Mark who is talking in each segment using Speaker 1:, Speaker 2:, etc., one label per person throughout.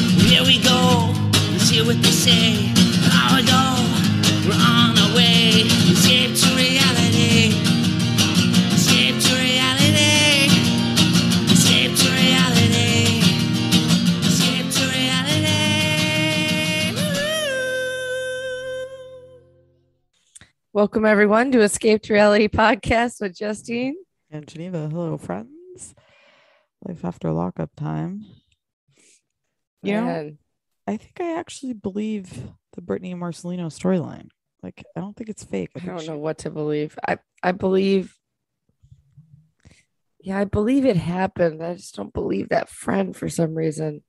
Speaker 1: Here we go, let's hear what they say. An hour ago, we're on our way. Escape to reality. Escape to reality. Escape to reality. Escape to reality. Woo-hoo.
Speaker 2: Welcome everyone to Escape to Reality podcast with Justine.
Speaker 3: And Geneva, hello, friends. Life after lockup time. You know,
Speaker 2: Man,
Speaker 3: I think I actually believe the Brittany Marcelino storyline. Like, I don't think it's fake.
Speaker 2: I
Speaker 3: think
Speaker 2: don't
Speaker 3: she-
Speaker 2: know what to believe. I I believe Yeah, I believe it happened. I just don't believe that friend for some reason.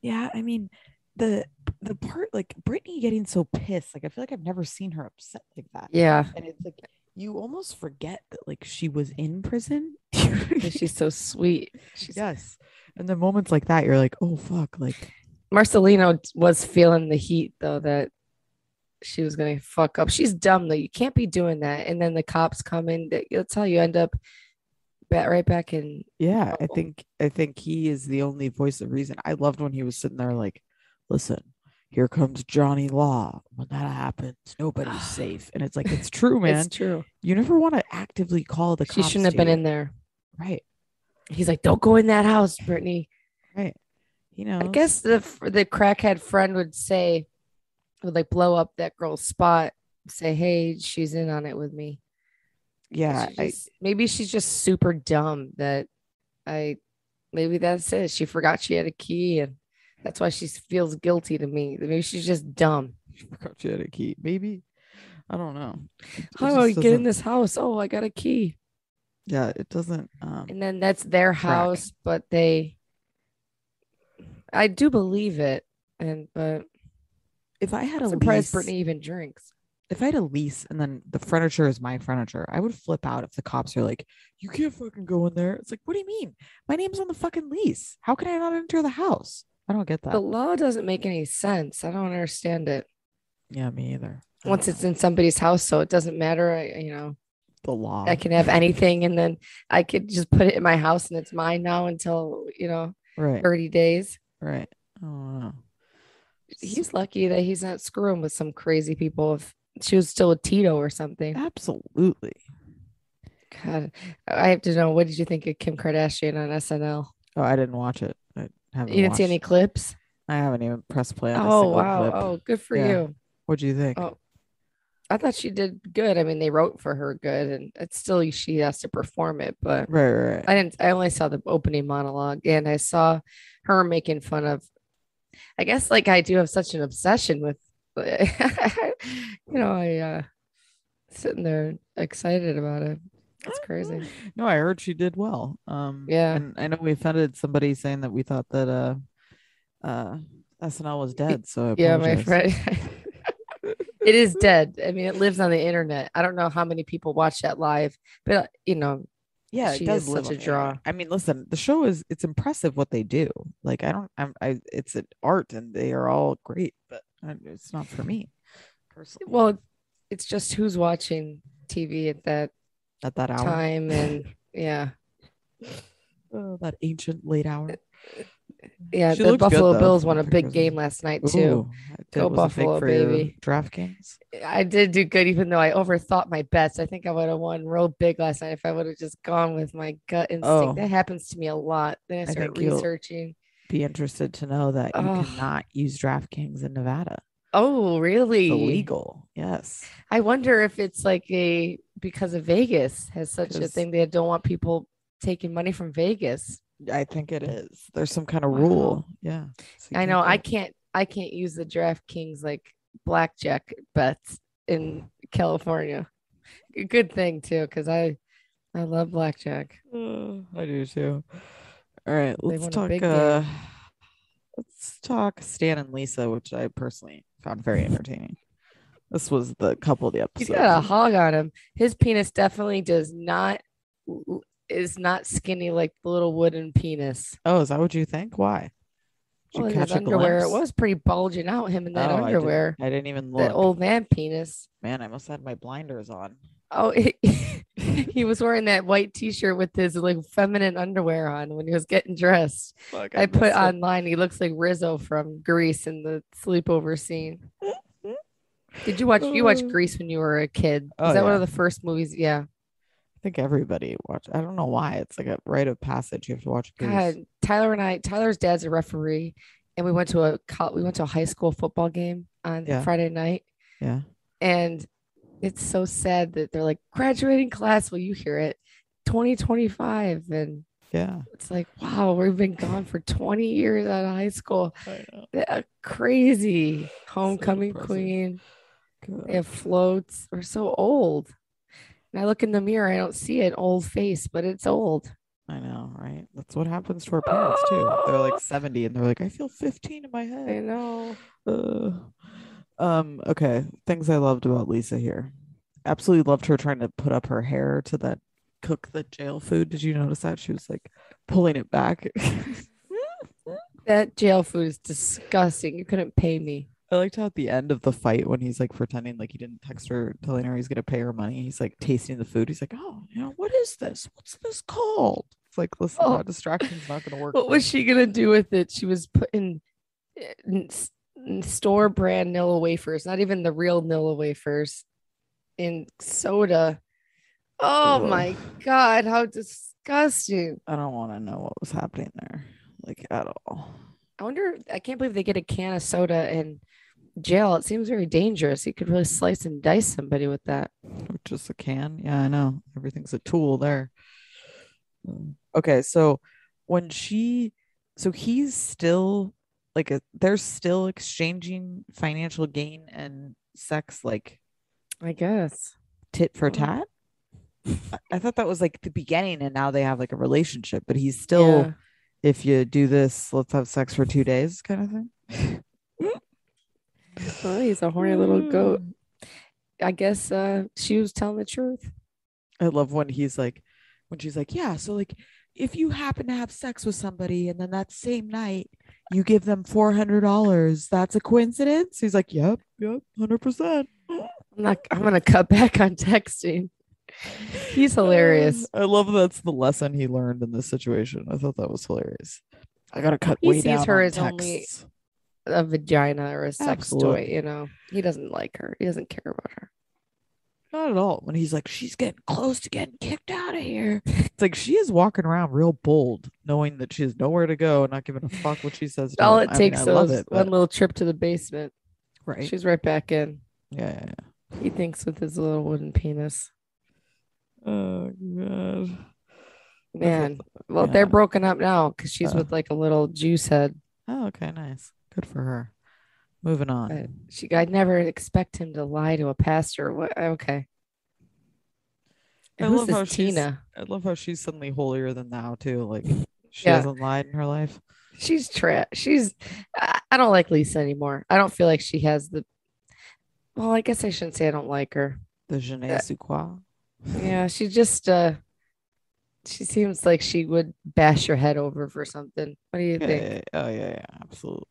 Speaker 3: Yeah, I mean, the the part like Brittany getting so pissed. Like, I feel like I've never seen her upset like that.
Speaker 2: Yeah.
Speaker 3: And it's like you almost forget that like she was in prison.
Speaker 2: 'cause She's so sweet. She's
Speaker 3: yes. And the moments like that, you're like, oh fuck, like
Speaker 2: Marcelino was feeling the heat though that she was gonna fuck up. She's dumb though. You can't be doing that. And then the cops come in. that- That's how you end up back right back in.
Speaker 3: Yeah, I
Speaker 2: trouble.
Speaker 3: think I think he is the only voice of reason. I loved when he was sitting there like, listen, here comes Johnny Law. When that happens, nobody's safe. And it's like it's true, man.
Speaker 2: It's true.
Speaker 3: you never want to actively call the
Speaker 2: She
Speaker 3: cops
Speaker 2: shouldn't have
Speaker 3: to
Speaker 2: been
Speaker 3: you.
Speaker 2: in there.
Speaker 3: right,
Speaker 2: He's like, don't go in that house, Brittany.
Speaker 3: right. You know,
Speaker 2: I guess the f- the crackhead friend would say, would like blow up that girl's spot, say, hey, she's in on it with me.
Speaker 3: yeah,
Speaker 2: She
Speaker 3: I,
Speaker 2: just- maybe she's just super dumb that I, maybe that's it. She forgot she had a key and that's why she feels guilty to me. Maybe she's just dumb.
Speaker 3: forgot she had a key. Maybe I don't know. It
Speaker 2: How do I
Speaker 3: just
Speaker 2: get in
Speaker 3: doesn't-
Speaker 2: this house? Oh, I got a key.
Speaker 3: Yeah, it doesn't. Um,
Speaker 2: And then that's their house, but they, I do believe it. And, but
Speaker 3: if I had a
Speaker 2: I'm surprised
Speaker 3: lease,
Speaker 2: Brittany even drinks.
Speaker 3: if I had a lease and then the furniture is my furniture, I would flip out if the cops are like, you can't fucking go in there. It's like, what do you mean? My name's on the fucking lease. How can I not enter the house? I don't get that.
Speaker 2: The law doesn't make any sense. I don't understand it.
Speaker 3: yeah, me either. I don't
Speaker 2: Once it's
Speaker 3: know.
Speaker 2: in somebody's house, so it doesn't matter. I, you know,
Speaker 3: the law,
Speaker 2: I can have anything, and then I could just put it in my house, and it's mine now until you know
Speaker 3: right,
Speaker 2: thirty days.
Speaker 3: right. I don't know.
Speaker 2: He's lucky that he's not screwing with some crazy people. If she was still with Tito or something,
Speaker 3: Absolutely.
Speaker 2: God, I have to know. What did you think of Kim Kardashian on SNL?
Speaker 3: Oh, I didn't watch it. I haven't.
Speaker 2: You didn't see any
Speaker 3: watched-
Speaker 2: clips?
Speaker 3: I haven't even pressed play on.
Speaker 2: Oh wow!
Speaker 3: Oh.
Speaker 2: Oh, good for
Speaker 3: Yeah.
Speaker 2: you.
Speaker 3: What do you think?
Speaker 2: Oh. I thought she did good. I mean, they wrote for her good, and it's still she has to perform it, but
Speaker 3: Right, right, right.
Speaker 2: I didn't. I only saw the opening monologue, and I saw her making fun of. I guess like I do have such an obsession with, you know, I uh sitting there excited about it. It's crazy.
Speaker 3: No, I heard she did well. Um,
Speaker 2: Yeah.
Speaker 3: and I know we offended somebody saying that we thought that uh, uh, SNL was dead. So I
Speaker 2: Yeah, my
Speaker 3: apologize.
Speaker 2: friend. it is dead. I mean, it lives on the internet. I don't know how many people watch that live, but uh, you know,
Speaker 3: Yeah, it
Speaker 2: She
Speaker 3: does
Speaker 2: is
Speaker 3: live
Speaker 2: such
Speaker 3: on
Speaker 2: a
Speaker 3: the internet.
Speaker 2: draw.
Speaker 3: I mean, listen, the show is it's impressive what they do. Like I don't, I'm, I it's an art and they are all great, but I- it's not for me personally.
Speaker 2: well, it's just who's watching TV at that
Speaker 3: at that hour,
Speaker 2: time, and yeah.
Speaker 3: Oh, that ancient late hour.
Speaker 2: Yeah,
Speaker 3: She
Speaker 2: the
Speaker 3: looked good,
Speaker 2: Buffalo
Speaker 3: though,
Speaker 2: Bills
Speaker 3: from
Speaker 2: won
Speaker 3: the
Speaker 2: a big
Speaker 3: pictures.
Speaker 2: game last night too.
Speaker 3: Ooh, that
Speaker 2: Go
Speaker 3: was a big
Speaker 2: Buffalo,
Speaker 3: for your
Speaker 2: baby.
Speaker 3: DraftKings.
Speaker 2: I did do good, even though I overthought my bets. I think I would have won real big last night if I would have just gone with my gut instinct.
Speaker 3: Oh.
Speaker 2: That happens to me a lot. Then I start
Speaker 3: think you'll-
Speaker 2: researching.
Speaker 3: Be interested to know that you
Speaker 2: Ugh.
Speaker 3: cannot use DraftKings in Nevada.
Speaker 2: Oh, really?
Speaker 3: It's illegal. Yes.
Speaker 2: I wonder if it's like a because of Vegas has such a
Speaker 3: 'Cause-
Speaker 2: thing they don't want people taking money from Vegas.
Speaker 3: I think it is. There's some kind of
Speaker 2: Wow.
Speaker 3: rule. Yeah. So you
Speaker 2: I
Speaker 3: can't
Speaker 2: know
Speaker 3: do
Speaker 2: I
Speaker 3: it.
Speaker 2: can't I can't use the DraftKings like blackjack bets in California. A Good thing too, because I I love blackjack.
Speaker 3: Uh, I do too. All right, let's
Speaker 2: won a
Speaker 3: talk.
Speaker 2: big game.
Speaker 3: Uh, let's talk Stan and Lisa, which I personally found very entertaining. this was the couple of the
Speaker 2: He's
Speaker 3: episode.
Speaker 2: got a hog on him. His penis definitely does not is not skinny like the little wooden penis.
Speaker 3: oh, is that what you think? Why? Did you
Speaker 2: Well, his
Speaker 3: catch a
Speaker 2: underwear it
Speaker 3: glimpse?
Speaker 2: was pretty bulging out him in that
Speaker 3: Oh, I didn't-
Speaker 2: underwear.
Speaker 3: I didn't even look.
Speaker 2: That old man penis.
Speaker 3: man, I must have had my blinders on.
Speaker 2: Oh, he was wearing that white T-shirt with his like feminine underwear on when he was getting dressed.
Speaker 3: Fuck,
Speaker 2: I put
Speaker 3: messed up.
Speaker 2: online. He looks like Rizzo from Grease in the sleepover scene. Did you watch? You watched
Speaker 3: Oh.
Speaker 2: Grease when you were a kid? Is
Speaker 3: Oh,
Speaker 2: that one
Speaker 3: yeah.
Speaker 2: of the first movies? Yeah.
Speaker 3: I think everybody watch. I don't know why. It's like a rite of passage. You have to watch. Grease.
Speaker 2: God, Tyler and I. Tyler's dad's a referee, and we went to a col- we went to a high school football game on
Speaker 3: Yeah.
Speaker 2: Friday night.
Speaker 3: Yeah.
Speaker 2: and it's so sad that they're like graduating class will you hear it 2025 and
Speaker 3: Yeah.
Speaker 2: it's like wow we've been gone for 20 years out of high school
Speaker 3: I know.
Speaker 2: Yeah, crazy homecoming
Speaker 3: depressing.
Speaker 2: queen
Speaker 3: God.
Speaker 2: they have floats we're so old and i look in the mirror i don't see an old face but it's old
Speaker 3: I know, right? That's what happens to our parents too. They're like 70 and they're like, I feel 15 in my
Speaker 2: i
Speaker 3: head.
Speaker 2: know
Speaker 3: Ugh. Um, okay. Things I loved about Lisa here. Absolutely loved her trying to put up her hair to that cook the jail food. Did you notice that? She was like pulling it back.
Speaker 2: that jail food is disgusting you couldn't pay me
Speaker 3: I liked how at the end of the fight when he's like pretending like he didn't text her telling her he's gonna pay her money, he's like tasting the food. He's like, Oh, you know, what is this? What's this called? It's like listen,
Speaker 2: Oh.
Speaker 3: that distraction's not gonna work.
Speaker 2: What
Speaker 3: for
Speaker 2: was
Speaker 3: you.
Speaker 2: she gonna do with it? She was putting uh, n- s- n- store brand Nilla wafers, not even the real Nilla wafers, in soda. Oh
Speaker 3: Ugh.
Speaker 2: my god, how disgusting!
Speaker 3: I don't want to know what was happening there, like at all.
Speaker 2: I wonder. I can't believe they get a can of soda in jail. It seems very dangerous. You could really slice and dice somebody with that.
Speaker 3: Just a can. Yeah, I know. Everything's a tool there. Mm. Okay, so when she, so he's still like a, they're still exchanging financial gain and sex, like
Speaker 2: I guess.
Speaker 3: tit for
Speaker 2: Mm.
Speaker 3: tat. I- I thought that was like the beginning, and now they have like a relationship, but he's still, if you do this, let's have sex for two days, kind of thing.
Speaker 2: Oh, he's a horny little goat. I guess uh, she was telling the truth.
Speaker 3: I love when he's like, when she's like, yeah, so like, if you happen to have sex with somebody and then that same night you give them four hundred dollars, that's a coincidence. He's like, yep, yep, hundred percent.
Speaker 2: I'm not. I'm gonna cut back on texting. He's hilarious.
Speaker 3: Uh, I love that's the lesson he learned in this situation. I thought that was hilarious. I gotta cut.
Speaker 2: He
Speaker 3: way
Speaker 2: sees
Speaker 3: down
Speaker 2: her
Speaker 3: on
Speaker 2: as only-
Speaker 3: texts.
Speaker 2: a vagina or a sex toy.
Speaker 3: Absolutely.
Speaker 2: You know, he doesn't like her. He doesn't care about her.
Speaker 3: not at all. When he's like, she's getting close to getting kicked out of here. It's like she is walking around real bold, knowing that she has nowhere to go and not giving a fuck what she says. To
Speaker 2: All
Speaker 3: him.
Speaker 2: it takes
Speaker 3: I mean, I love
Speaker 2: is
Speaker 3: it,
Speaker 2: one
Speaker 3: but-
Speaker 2: little trip to the basement.
Speaker 3: right?
Speaker 2: She's right back in.
Speaker 3: Yeah, yeah, yeah.
Speaker 2: He thinks with his little wooden penis.
Speaker 3: Oh god. Okay.
Speaker 2: Man, well,
Speaker 3: yeah.
Speaker 2: they're broken up now because she's
Speaker 3: Uh.
Speaker 2: with like a little juice head.
Speaker 3: Oh, okay, nice. Good for her. Moving on.
Speaker 2: But she, I never expect him to lie to a pastor. What? Okay.
Speaker 3: I
Speaker 2: And who's
Speaker 3: love how
Speaker 2: this
Speaker 3: she's-
Speaker 2: Tina?
Speaker 3: I love how she's suddenly holier than thou too. Like she
Speaker 2: Yeah.
Speaker 3: hasn't lied in her life.
Speaker 2: She's trash. She's. I I don't like Lisa anymore. I don't feel like she has the. Well, I guess I shouldn't say I don't like her.
Speaker 3: The je ne
Speaker 2: Uh,
Speaker 3: sais quoi.
Speaker 2: Yeah, she just uh she seems like she would bash your head over for something. What do you
Speaker 3: Yeah,
Speaker 2: think?
Speaker 3: yeah, oh yeah, yeah, absolutely.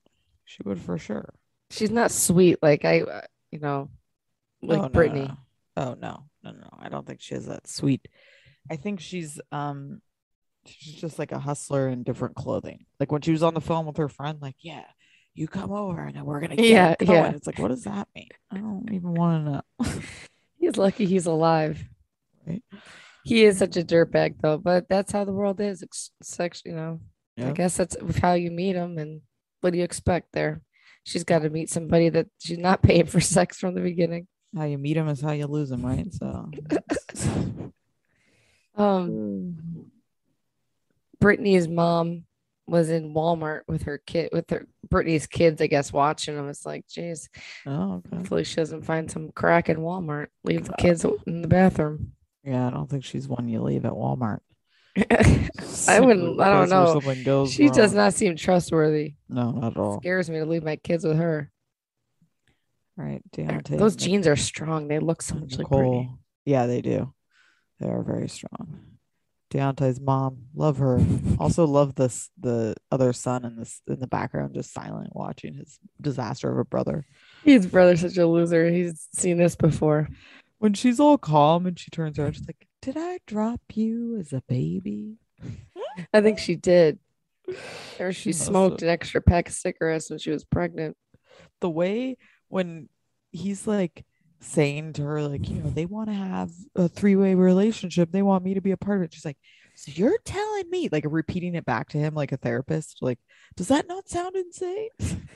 Speaker 3: She would for sure.
Speaker 2: She's not sweet like I uh, you know like
Speaker 3: oh, no, no,
Speaker 2: Brittany.
Speaker 3: no. Oh no, no, no, no. I don't think she is that sweet. I think she's um she's just like a hustler in different clothing. Like when she was on the phone with her friend, like, yeah, you come over and then we're gonna get
Speaker 2: Yeah,
Speaker 3: yeah, going.
Speaker 2: yeah.
Speaker 3: It's like, what does that mean? I don't even want to know.
Speaker 2: He's lucky he's alive.
Speaker 3: Right.
Speaker 2: He is such a dirtbag though, but that's how the world is. It's sex, you know. I
Speaker 3: Yeah.
Speaker 2: guess that's how you meet him and what do you expect there? She's got to meet somebody that she's not paying for sex from the beginning.
Speaker 3: How you meet him is how you lose him, right? So
Speaker 2: Um Brittany's mom was in Walmart with her kid, with her Brittany's kids, I guess, watching them. It's like, geez,
Speaker 3: Oh, okay.
Speaker 2: hopefully she doesn't find some crack in Walmart. Leave
Speaker 3: Uh,
Speaker 2: the kids in the bathroom.
Speaker 3: Yeah, I don't think she's one you leave at Walmart.
Speaker 2: I wouldn't- I don't
Speaker 3: Place where
Speaker 2: know.
Speaker 3: Something goes
Speaker 2: she does
Speaker 3: wrong.
Speaker 2: not seem trustworthy.
Speaker 3: No, not at all.
Speaker 2: Scares me to leave my kids with her.
Speaker 3: Right,
Speaker 2: They're-
Speaker 3: Deontay.
Speaker 2: Those
Speaker 3: Nic-
Speaker 2: jeans are strong. They look so much like Brittany.
Speaker 3: Nicole. Yeah, they do. They are very strong. Deontay's mom, love her. Also love this the other son in this in the background, just silent, watching his disaster of a brother.
Speaker 2: His brother's such a loser. He's seen this before.
Speaker 3: when she's all calm and she turns around, she's like, "Did I drop you as a baby?"
Speaker 2: I think she did. Or she,
Speaker 3: must
Speaker 2: smoked
Speaker 3: have.
Speaker 2: an extra pack of cigarettes when she was pregnant.
Speaker 3: The way when he's like saying to her, like, you know, they want to have a three-way relationship, they want me to be a part of it. She's like, "So you're telling me?" Like repeating it back to him, like a therapist. Like, does that not sound insane?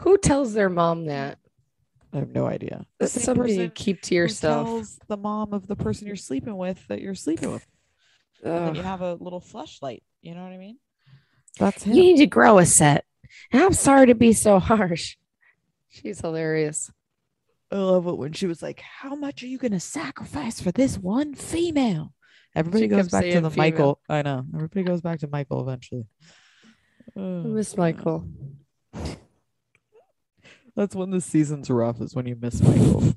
Speaker 2: Who tells their mom that?
Speaker 3: I have no idea. The
Speaker 2: That's
Speaker 3: same
Speaker 2: something you
Speaker 3: person
Speaker 2: keep to
Speaker 3: who
Speaker 2: yourself.
Speaker 3: tells the mom of the person you're sleeping with that you're sleeping with. and that
Speaker 2: Ugh.
Speaker 3: you have a little flashlight. You know what I mean? That's him.
Speaker 2: You need to grow a set. I'm sorry to be so harsh. She's hilarious.
Speaker 3: I love it when she was like, "How much are you gonna sacrifice for this one female?" Everybody
Speaker 2: She
Speaker 3: goes
Speaker 2: kept
Speaker 3: back to
Speaker 2: saying
Speaker 3: the
Speaker 2: female.
Speaker 3: Michael. I know. Everybody goes back to Michael eventually.
Speaker 2: I
Speaker 3: Ugh.
Speaker 2: miss Michael.
Speaker 3: That's when the season's rough. Is when you miss Michael.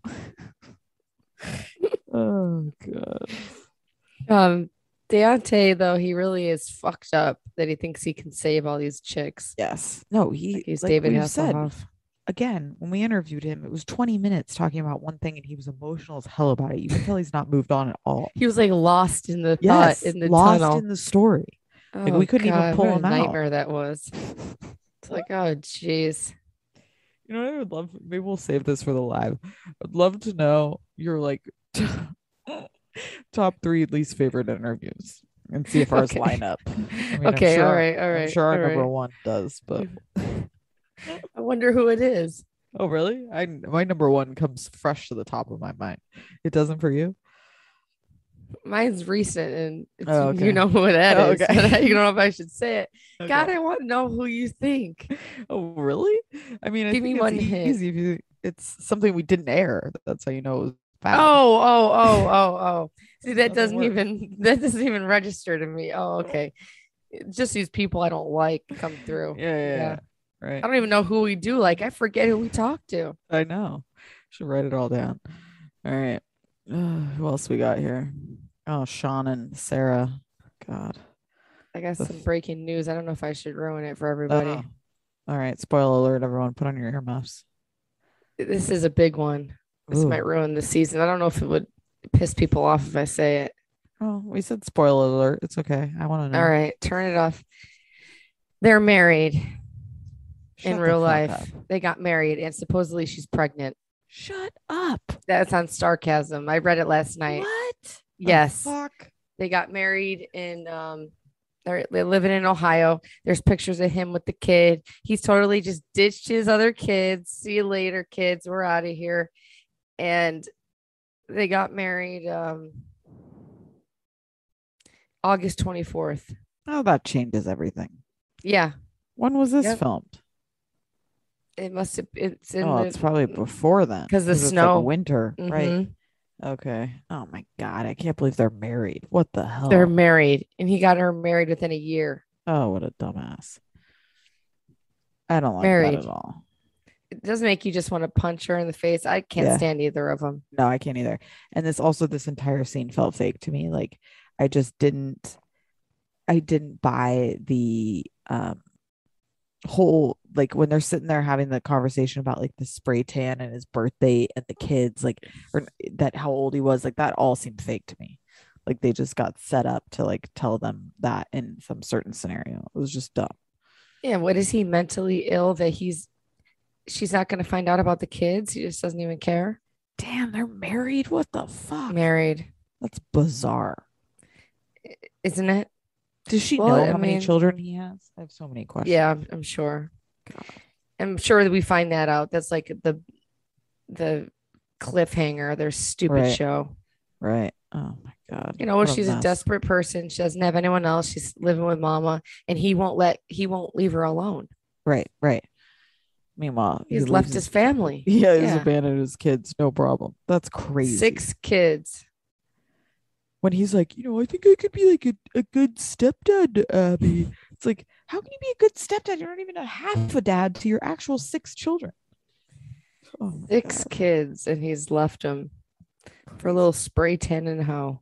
Speaker 3: oh god.
Speaker 2: Um, Deontay, though, he really is fucked up that he thinks he can save all these chicks.
Speaker 3: Yes. No. He.
Speaker 2: Like he's
Speaker 3: like
Speaker 2: David
Speaker 3: we
Speaker 2: Hasselhoff.
Speaker 3: again, when we interviewed him, it was 20 minutes talking about one thing, and he was emotional as hell about it. You can tell he's not moved on at all.
Speaker 2: He was like lost in the
Speaker 3: Yes,
Speaker 2: thought in the
Speaker 3: lost
Speaker 2: tunnel.
Speaker 3: in the story. like, we
Speaker 2: Oh,
Speaker 3: couldn't even
Speaker 2: God,
Speaker 3: pull
Speaker 2: what a
Speaker 3: him out.
Speaker 2: Nightmare that was. It's like, oh, jeez.
Speaker 3: You know, what I would love. Maybe we'll save this for the live. I'd love to know your like top three least favorite interviews and see if ours
Speaker 2: Okay.
Speaker 3: line up. I mean, I'm
Speaker 2: okay, all
Speaker 3: sure-
Speaker 2: right, all right.
Speaker 3: I'm sure our
Speaker 2: all right.
Speaker 3: number one does, but
Speaker 2: I wonder who it is.
Speaker 3: oh really? I my number one comes fresh to the top of my mind. It doesn't for you.
Speaker 2: Mine's recent, and it's,
Speaker 3: Oh, okay.
Speaker 2: you know who that
Speaker 3: Oh,
Speaker 2: is.
Speaker 3: okay.
Speaker 2: but I- you don't know if I should say it. God,
Speaker 3: Okay.
Speaker 2: I want to know who you think.
Speaker 3: Oh really? I mean, I
Speaker 2: Give me
Speaker 3: think it's
Speaker 2: one hint.
Speaker 3: easy if you. It's something we didn't air. That's how you know it was bad.
Speaker 2: Oh, oh, oh, oh, oh. See, that doesn't
Speaker 3: Doesn't work.
Speaker 2: even that doesn't even register to me. Oh, okay. Just these people I don't like come through.
Speaker 3: yeah, yeah,
Speaker 2: yeah.
Speaker 3: yeah. right.
Speaker 2: I don't even know who we do like. I forget who we talk to.
Speaker 3: I know. Should write it all down. All right. Uh, who else we got here? Oh, Sean and Sarah. God.
Speaker 2: I got
Speaker 3: The
Speaker 2: some
Speaker 3: f-
Speaker 2: breaking news. I don't know if I should ruin it for everybody.
Speaker 3: Oh. All right. Spoiler alert, everyone. Put on your earmuffs.
Speaker 2: This is a big one. This
Speaker 3: Ooh.
Speaker 2: might ruin the season. I don't know if it would piss people off if I say it.
Speaker 3: Oh, we said spoiler alert. It's okay. I want to know.
Speaker 2: All right, turn it off. They're married
Speaker 3: Shut
Speaker 2: in
Speaker 3: the
Speaker 2: real
Speaker 3: fuck
Speaker 2: life.
Speaker 3: up.
Speaker 2: They got married, and supposedly she's pregnant.
Speaker 3: Shut up.
Speaker 2: That's on sarcasm. I read it last night.
Speaker 3: What? the
Speaker 2: Yes,
Speaker 3: fuck?
Speaker 2: they got married in. Um, they're, they're living in Ohio. There's pictures of him with the kid. He's totally just ditched his other kids. See you later, kids. We're out of here. And they got married um, August 24th.
Speaker 3: Oh, that changes everything.
Speaker 2: Yeah,
Speaker 3: When was this
Speaker 2: Yep.
Speaker 3: filmed?
Speaker 2: it must have. It's in
Speaker 3: oh,
Speaker 2: the,
Speaker 3: it's probably before then.
Speaker 2: 'Cause the
Speaker 3: it's, like,
Speaker 2: snow.
Speaker 3: winter. Right.
Speaker 2: Mhm.
Speaker 3: Okay. Oh, my God. I can't believe they're married. What the hell?
Speaker 2: They're married, and he got her married within a year.
Speaker 3: Oh, what a dumbass. I don't like
Speaker 2: Married.
Speaker 3: that at all.
Speaker 2: It does make you just want to punch her in the face. I can't
Speaker 3: Yeah.
Speaker 2: stand either of them.
Speaker 3: No, I can't either. And this also this entire scene felt fake to me. Like I just didn't I didn't buy the um whole like when they're sitting there having the conversation about like the spray tan and his birthday and the kids like or that how old he was like that all seemed fake to me like they just got set up to like tell them that in some certain scenario it was just dumb
Speaker 2: Yeah, what is he mentally ill that he's? She's not going to find out about the kids. He just doesn't even care.
Speaker 3: damn they're married what the fuck
Speaker 2: Married,
Speaker 3: That's bizarre.
Speaker 2: isn't it?
Speaker 3: Does she
Speaker 2: Well,
Speaker 3: know
Speaker 2: I
Speaker 3: how many
Speaker 2: mean-
Speaker 3: children he has? I have so many questions.
Speaker 2: Yeah, I'm, I'm sure.
Speaker 3: God.
Speaker 2: I'm sure that we find that out. That's like the the cliffhanger. of Their stupid
Speaker 3: Right.
Speaker 2: show.
Speaker 3: Right. Oh my god.
Speaker 2: You know, well,
Speaker 3: What
Speaker 2: she's a
Speaker 3: mess.
Speaker 2: desperate person. She doesn't have anyone else. She's living with mama, and he won't let he won't leave her alone.
Speaker 3: Right. Right. Meanwhile, he
Speaker 2: He's
Speaker 3: leaves
Speaker 2: left his family.
Speaker 3: Yeah, he's
Speaker 2: yeah.
Speaker 3: abandoned his kids. No problem. That's crazy.
Speaker 2: Six kids.
Speaker 3: When he's like, you know, I think I could be like a, a good stepdad to Abby. It's like, how can you be a good stepdad? You're not even a half a dad to your actual six children. Oh my
Speaker 2: Six
Speaker 3: God.
Speaker 2: kids, and he's left them for a little spray tan and how.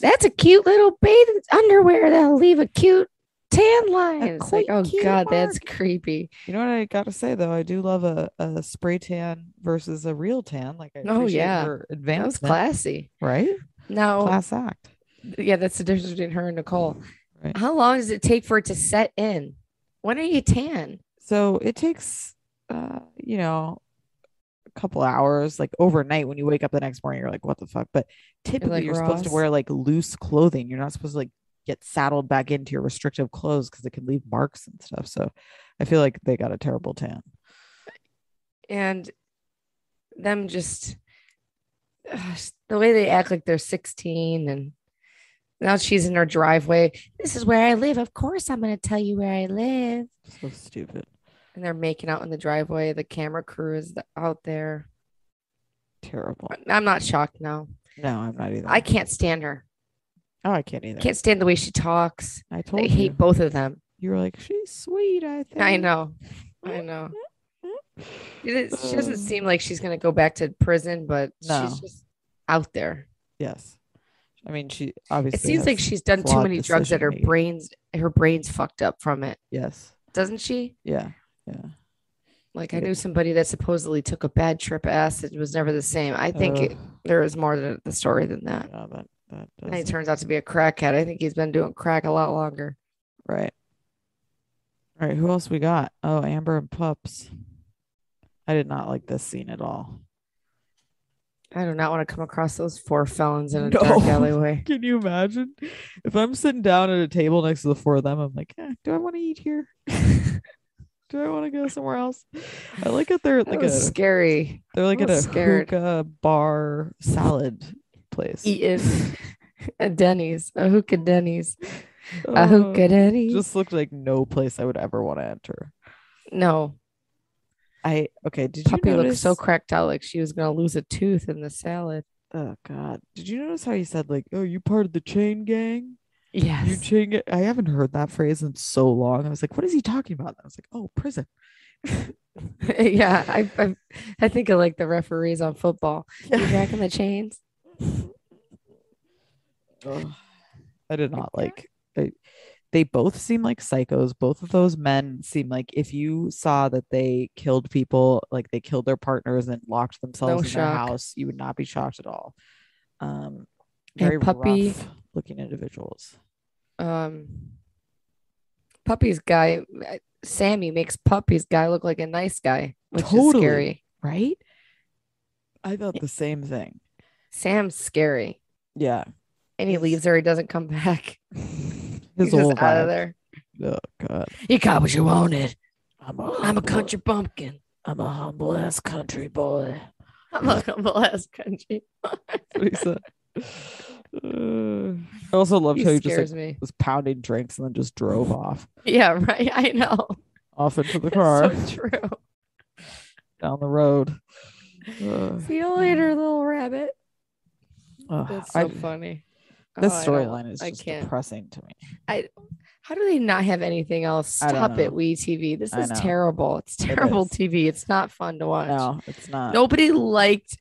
Speaker 2: That's a cute little bathing underwear that'll leave a cute tan lines. Like,
Speaker 3: quick
Speaker 2: oh
Speaker 3: cute
Speaker 2: god, that's
Speaker 3: mark.
Speaker 2: creepy.
Speaker 3: You know what I gotta say though, I do love a, a spray tan versus a real tan. Like I
Speaker 2: Oh,
Speaker 3: appreciate
Speaker 2: yeah.
Speaker 3: her
Speaker 2: That was Oh.
Speaker 3: advancement,
Speaker 2: classy.
Speaker 3: right?
Speaker 2: Now,
Speaker 3: Class act,
Speaker 2: yeah, that's the difference between her and Nicole.
Speaker 3: right?
Speaker 2: How long does it take for it to set in? When are you tan?
Speaker 3: So it takes, uh, you know, a couple hours, like overnight. When you wake up the next morning, you're like, "What the fuck?" But typically,
Speaker 2: like,
Speaker 3: you're supposed to
Speaker 2: Ross?
Speaker 3: wear like loose clothing. You're not supposed to like get saddled back into your restrictive clothes because it can leave marks and stuff. So I feel like they got a terrible tan.
Speaker 2: And them just ugh, the way they act like they're 16 and now she's in her driveway. This is where I live. Of course, I'm going to tell you where I live.
Speaker 3: So stupid.
Speaker 2: And they're making out in the driveway. The camera crew is th- out there.
Speaker 3: Terrible.
Speaker 2: I'm not shocked now.
Speaker 3: No, I'm not either.
Speaker 2: I can't stand her.
Speaker 3: oh, I can't either.
Speaker 2: Can't stand the way she talks.
Speaker 3: I told
Speaker 2: I
Speaker 3: you.
Speaker 2: hate both of them. Mm-hmm.
Speaker 3: you were like, she's sweet. I think.
Speaker 2: I know. I know. She doesn't- she doesn't
Speaker 3: Um,
Speaker 2: seem like she's going to go back to prison, but
Speaker 3: No.
Speaker 2: she's just out there.
Speaker 3: Yes. I mean, she obviously.
Speaker 2: It seems like
Speaker 3: has-
Speaker 2: she's done too
Speaker 3: flawed
Speaker 2: many drugs that her
Speaker 3: decision-making.
Speaker 2: brains her brains fucked up from it,
Speaker 3: Yes.
Speaker 2: doesn't she?
Speaker 3: Yeah. Yeah.
Speaker 2: Like I
Speaker 3: Yeah.
Speaker 2: knew somebody that supposedly took a bad trip acid was never the same. I think it,
Speaker 3: Ugh.
Speaker 2: there is more to the story than that.
Speaker 3: Oh, Yeah, that that
Speaker 2: And he
Speaker 3: does
Speaker 2: turns out to be a crackhead. I think he's been doing crack a lot longer.
Speaker 3: right. All right, who else we got? Oh, Amber and Pups. I did not like this scene at all.
Speaker 2: I do not want to come across those four felons in a
Speaker 3: No.
Speaker 2: dark alleyway.
Speaker 3: Can you imagine if I'm sitting down at a table next to the four of them? I'm like, eh, do I want to eat here? do I want to go somewhere else? I like it. They're
Speaker 2: That
Speaker 3: like a
Speaker 2: was scary.
Speaker 3: they're like at
Speaker 2: was
Speaker 3: a
Speaker 2: scared. E,
Speaker 3: hookah bar salad place.
Speaker 2: Eaten at Denny's, a hookah Denny's, a
Speaker 3: Uh,
Speaker 2: hookah Denny's.
Speaker 3: Just looked like no place I would ever want to enter.
Speaker 2: no,
Speaker 3: I okay. Did
Speaker 2: puppy
Speaker 3: you
Speaker 2: looked
Speaker 3: notice
Speaker 2: so cracked out, like she was gonna lose a tooth in the salad.
Speaker 3: Oh God! Did you notice how he said like, "Oh, you part of the chain gang? You
Speaker 2: Yes.
Speaker 3: chain?" Gang? I haven't heard that phrase in so long. I was like, "What is he talking about?" I was like, "Oh, prison."
Speaker 2: yeah, I, I I think of like the referees on football. You jack in the chains.
Speaker 3: Ugh. I did not like. I, they both seem like psychos. Both of those men seem like if you saw that they killed people, like they killed their partners and locked themselves in their
Speaker 2: shock.
Speaker 3: house, you would not be shocked at all. Um,
Speaker 2: And
Speaker 3: very
Speaker 2: Puppy-
Speaker 3: rough looking individuals.
Speaker 2: Um, puppies guy, uh, Sammy makes puppies guy look like a nice guy, which
Speaker 3: Totally.
Speaker 2: is scary.
Speaker 3: right? I thought the same thing.
Speaker 2: Sam's scary,
Speaker 3: Yeah.
Speaker 2: and he
Speaker 3: Yes.
Speaker 2: leaves her. He doesn't come back.
Speaker 3: His
Speaker 2: He's
Speaker 3: whole
Speaker 2: just out of
Speaker 3: vibe.
Speaker 2: there.
Speaker 3: Oh god.
Speaker 1: You got what you wanted.
Speaker 3: I'm
Speaker 1: I'm a country bumpkin.
Speaker 3: I'm a humble ass country boy.
Speaker 2: I'm a humble ass country.
Speaker 3: That's what he said. Uh, I also loved
Speaker 2: He
Speaker 3: how he just like,
Speaker 2: scares me.
Speaker 3: was pounding drinks and then just drove off
Speaker 2: Yeah, right. I know.
Speaker 3: off into the
Speaker 2: It's
Speaker 3: car
Speaker 2: so true.
Speaker 3: down the road. Uh,
Speaker 2: See you later, little rabbit.
Speaker 3: uh,
Speaker 2: That's so
Speaker 3: I-
Speaker 2: funny.
Speaker 3: this
Speaker 2: Oh, I don't-
Speaker 3: storyline is
Speaker 2: I
Speaker 3: just
Speaker 2: can't.
Speaker 3: depressing to me.
Speaker 2: How do they not have anything else?
Speaker 3: I don't
Speaker 2: Stop it,
Speaker 3: know.
Speaker 2: Wii TV. This
Speaker 3: I
Speaker 2: is
Speaker 3: know.
Speaker 2: terrible. It's
Speaker 3: It
Speaker 2: terrible
Speaker 3: is.
Speaker 2: TV. It's not fun to watch.
Speaker 3: No, it's not.
Speaker 2: Nobody liked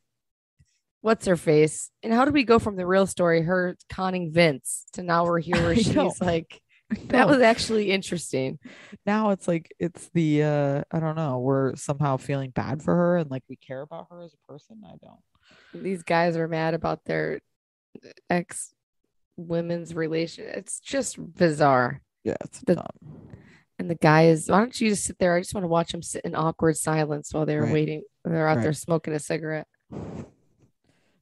Speaker 2: what's her face. And how do we go from the real story, her conning Vince, to now we're here
Speaker 3: I
Speaker 2: where she's
Speaker 3: know.
Speaker 2: like, that
Speaker 3: No.
Speaker 2: was actually interesting.
Speaker 3: now it's like it's the uh i don't know we're somehow feeling bad for her and like we care about her as a person i don't
Speaker 2: These guys are mad about their ex women's relation. It's just bizarre.
Speaker 3: yeah it's
Speaker 2: The-
Speaker 3: dumb
Speaker 2: And the guy is, why don't you just sit there? I just want to watch him sit in awkward silence while they're
Speaker 3: Right.
Speaker 2: waiting. They're out
Speaker 3: Right.
Speaker 2: there smoking a cigarette.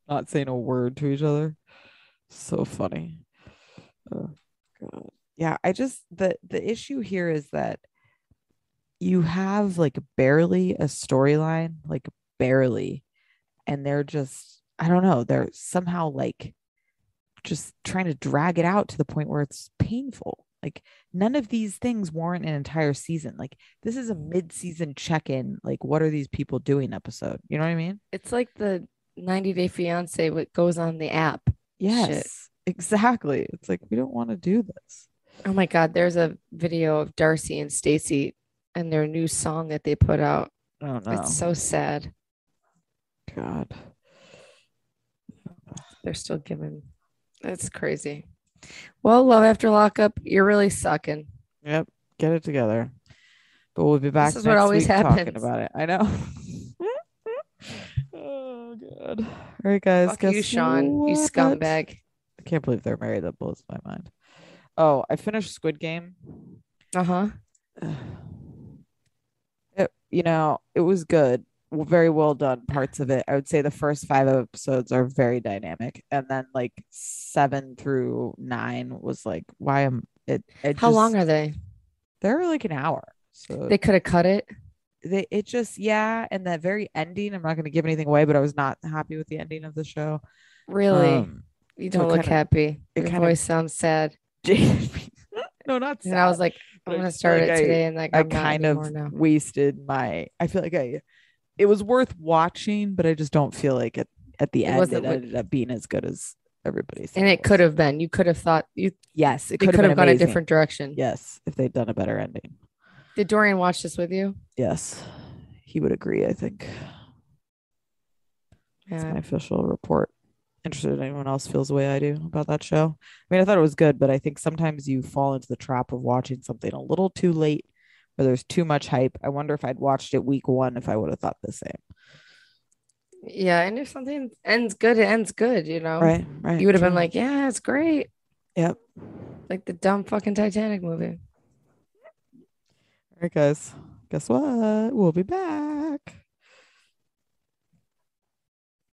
Speaker 3: not saying a word to each other so funny oh, God. yeah i just the the issue here is that you have like barely a storyline like barely and they're just i don't know they're somehow like just trying to drag it out to the point where it's painful like none of these things warrant an entire season like this is a mid-season check-in like what are these people doing episode you know what i mean
Speaker 2: It's like the 90 Day Fiance what goes on the app.
Speaker 3: Yes, exactly. It's like we don't want to do this.
Speaker 2: Oh my God, there's a video of Darcy and Stacy and their new song that they put out.
Speaker 3: Oh no,
Speaker 2: It's so sad.
Speaker 3: God.
Speaker 2: They're still giving. That's crazy. Well, Love After Lockup, you're really sucking.
Speaker 3: Yep. Get it together. But we'll be back.
Speaker 2: is what
Speaker 3: next
Speaker 2: always
Speaker 3: week talking
Speaker 2: happens.
Speaker 3: about it. I know. oh god. All right, guys.
Speaker 2: Fuck you,
Speaker 3: guess
Speaker 2: Sean, you
Speaker 3: what?
Speaker 2: scumbag.
Speaker 3: I can't believe they're married. That blows my mind. Oh, I finished Squid Game.
Speaker 2: Uh
Speaker 3: Uh-huh.
Speaker 2: huh.
Speaker 3: It, you know, it was good. w- Very well done parts of it. I would say the first five episodes are very dynamic. And then like seven through nine was like, why am it, it
Speaker 2: How long
Speaker 3: just-
Speaker 2: are they?
Speaker 3: they're like an hour. So
Speaker 2: They could have cut it.
Speaker 3: they it just yeah and that very ending i'm not going to give anything away but i was not happy with the ending of the show
Speaker 2: Really?
Speaker 3: Um,
Speaker 2: you
Speaker 3: so it
Speaker 2: don't look
Speaker 3: kinda-
Speaker 2: happy.
Speaker 3: it
Speaker 2: Your
Speaker 3: kinda-
Speaker 2: voice sounds sad.
Speaker 3: no not
Speaker 2: And I was
Speaker 3: sad,
Speaker 2: like,
Speaker 3: but
Speaker 2: I'm
Speaker 3: I
Speaker 2: gonna
Speaker 3: just feel
Speaker 2: start
Speaker 3: like
Speaker 2: it
Speaker 3: I-
Speaker 2: today, and like
Speaker 3: i
Speaker 2: I'm not
Speaker 3: kind of
Speaker 2: anymore now.
Speaker 3: wasted my i feel like i it was worth watching but i just don't feel like it at the end it
Speaker 2: wasn't what-
Speaker 3: ended up being as good as everybody said
Speaker 2: And it
Speaker 3: was.
Speaker 2: could have been. You could have thought you
Speaker 3: yes it
Speaker 2: could
Speaker 3: could
Speaker 2: could have
Speaker 3: have
Speaker 2: gone
Speaker 3: amazing.
Speaker 2: a different direction.
Speaker 3: yes if they'd done a better ending
Speaker 2: Did Dorian watch this with you?
Speaker 3: yes he would agree i think That's
Speaker 2: Yeah.
Speaker 3: my official report. Interested in anyone else feels the way I do about that show. I mean, I thought it was good, but I think sometimes you fall into the trap of watching something a little too late where there's too much hype. I wonder if I'd watched it week one if I would have thought the same.
Speaker 2: Yeah. And if something ends good, it ends good. You know.
Speaker 3: Right. Right.
Speaker 2: Oh. You would have been
Speaker 3: true.
Speaker 2: like, yeah, it's great,
Speaker 3: Yep.
Speaker 2: like the dumb fucking Titanic movie.
Speaker 3: All right, guys. Guess what? We'll be back.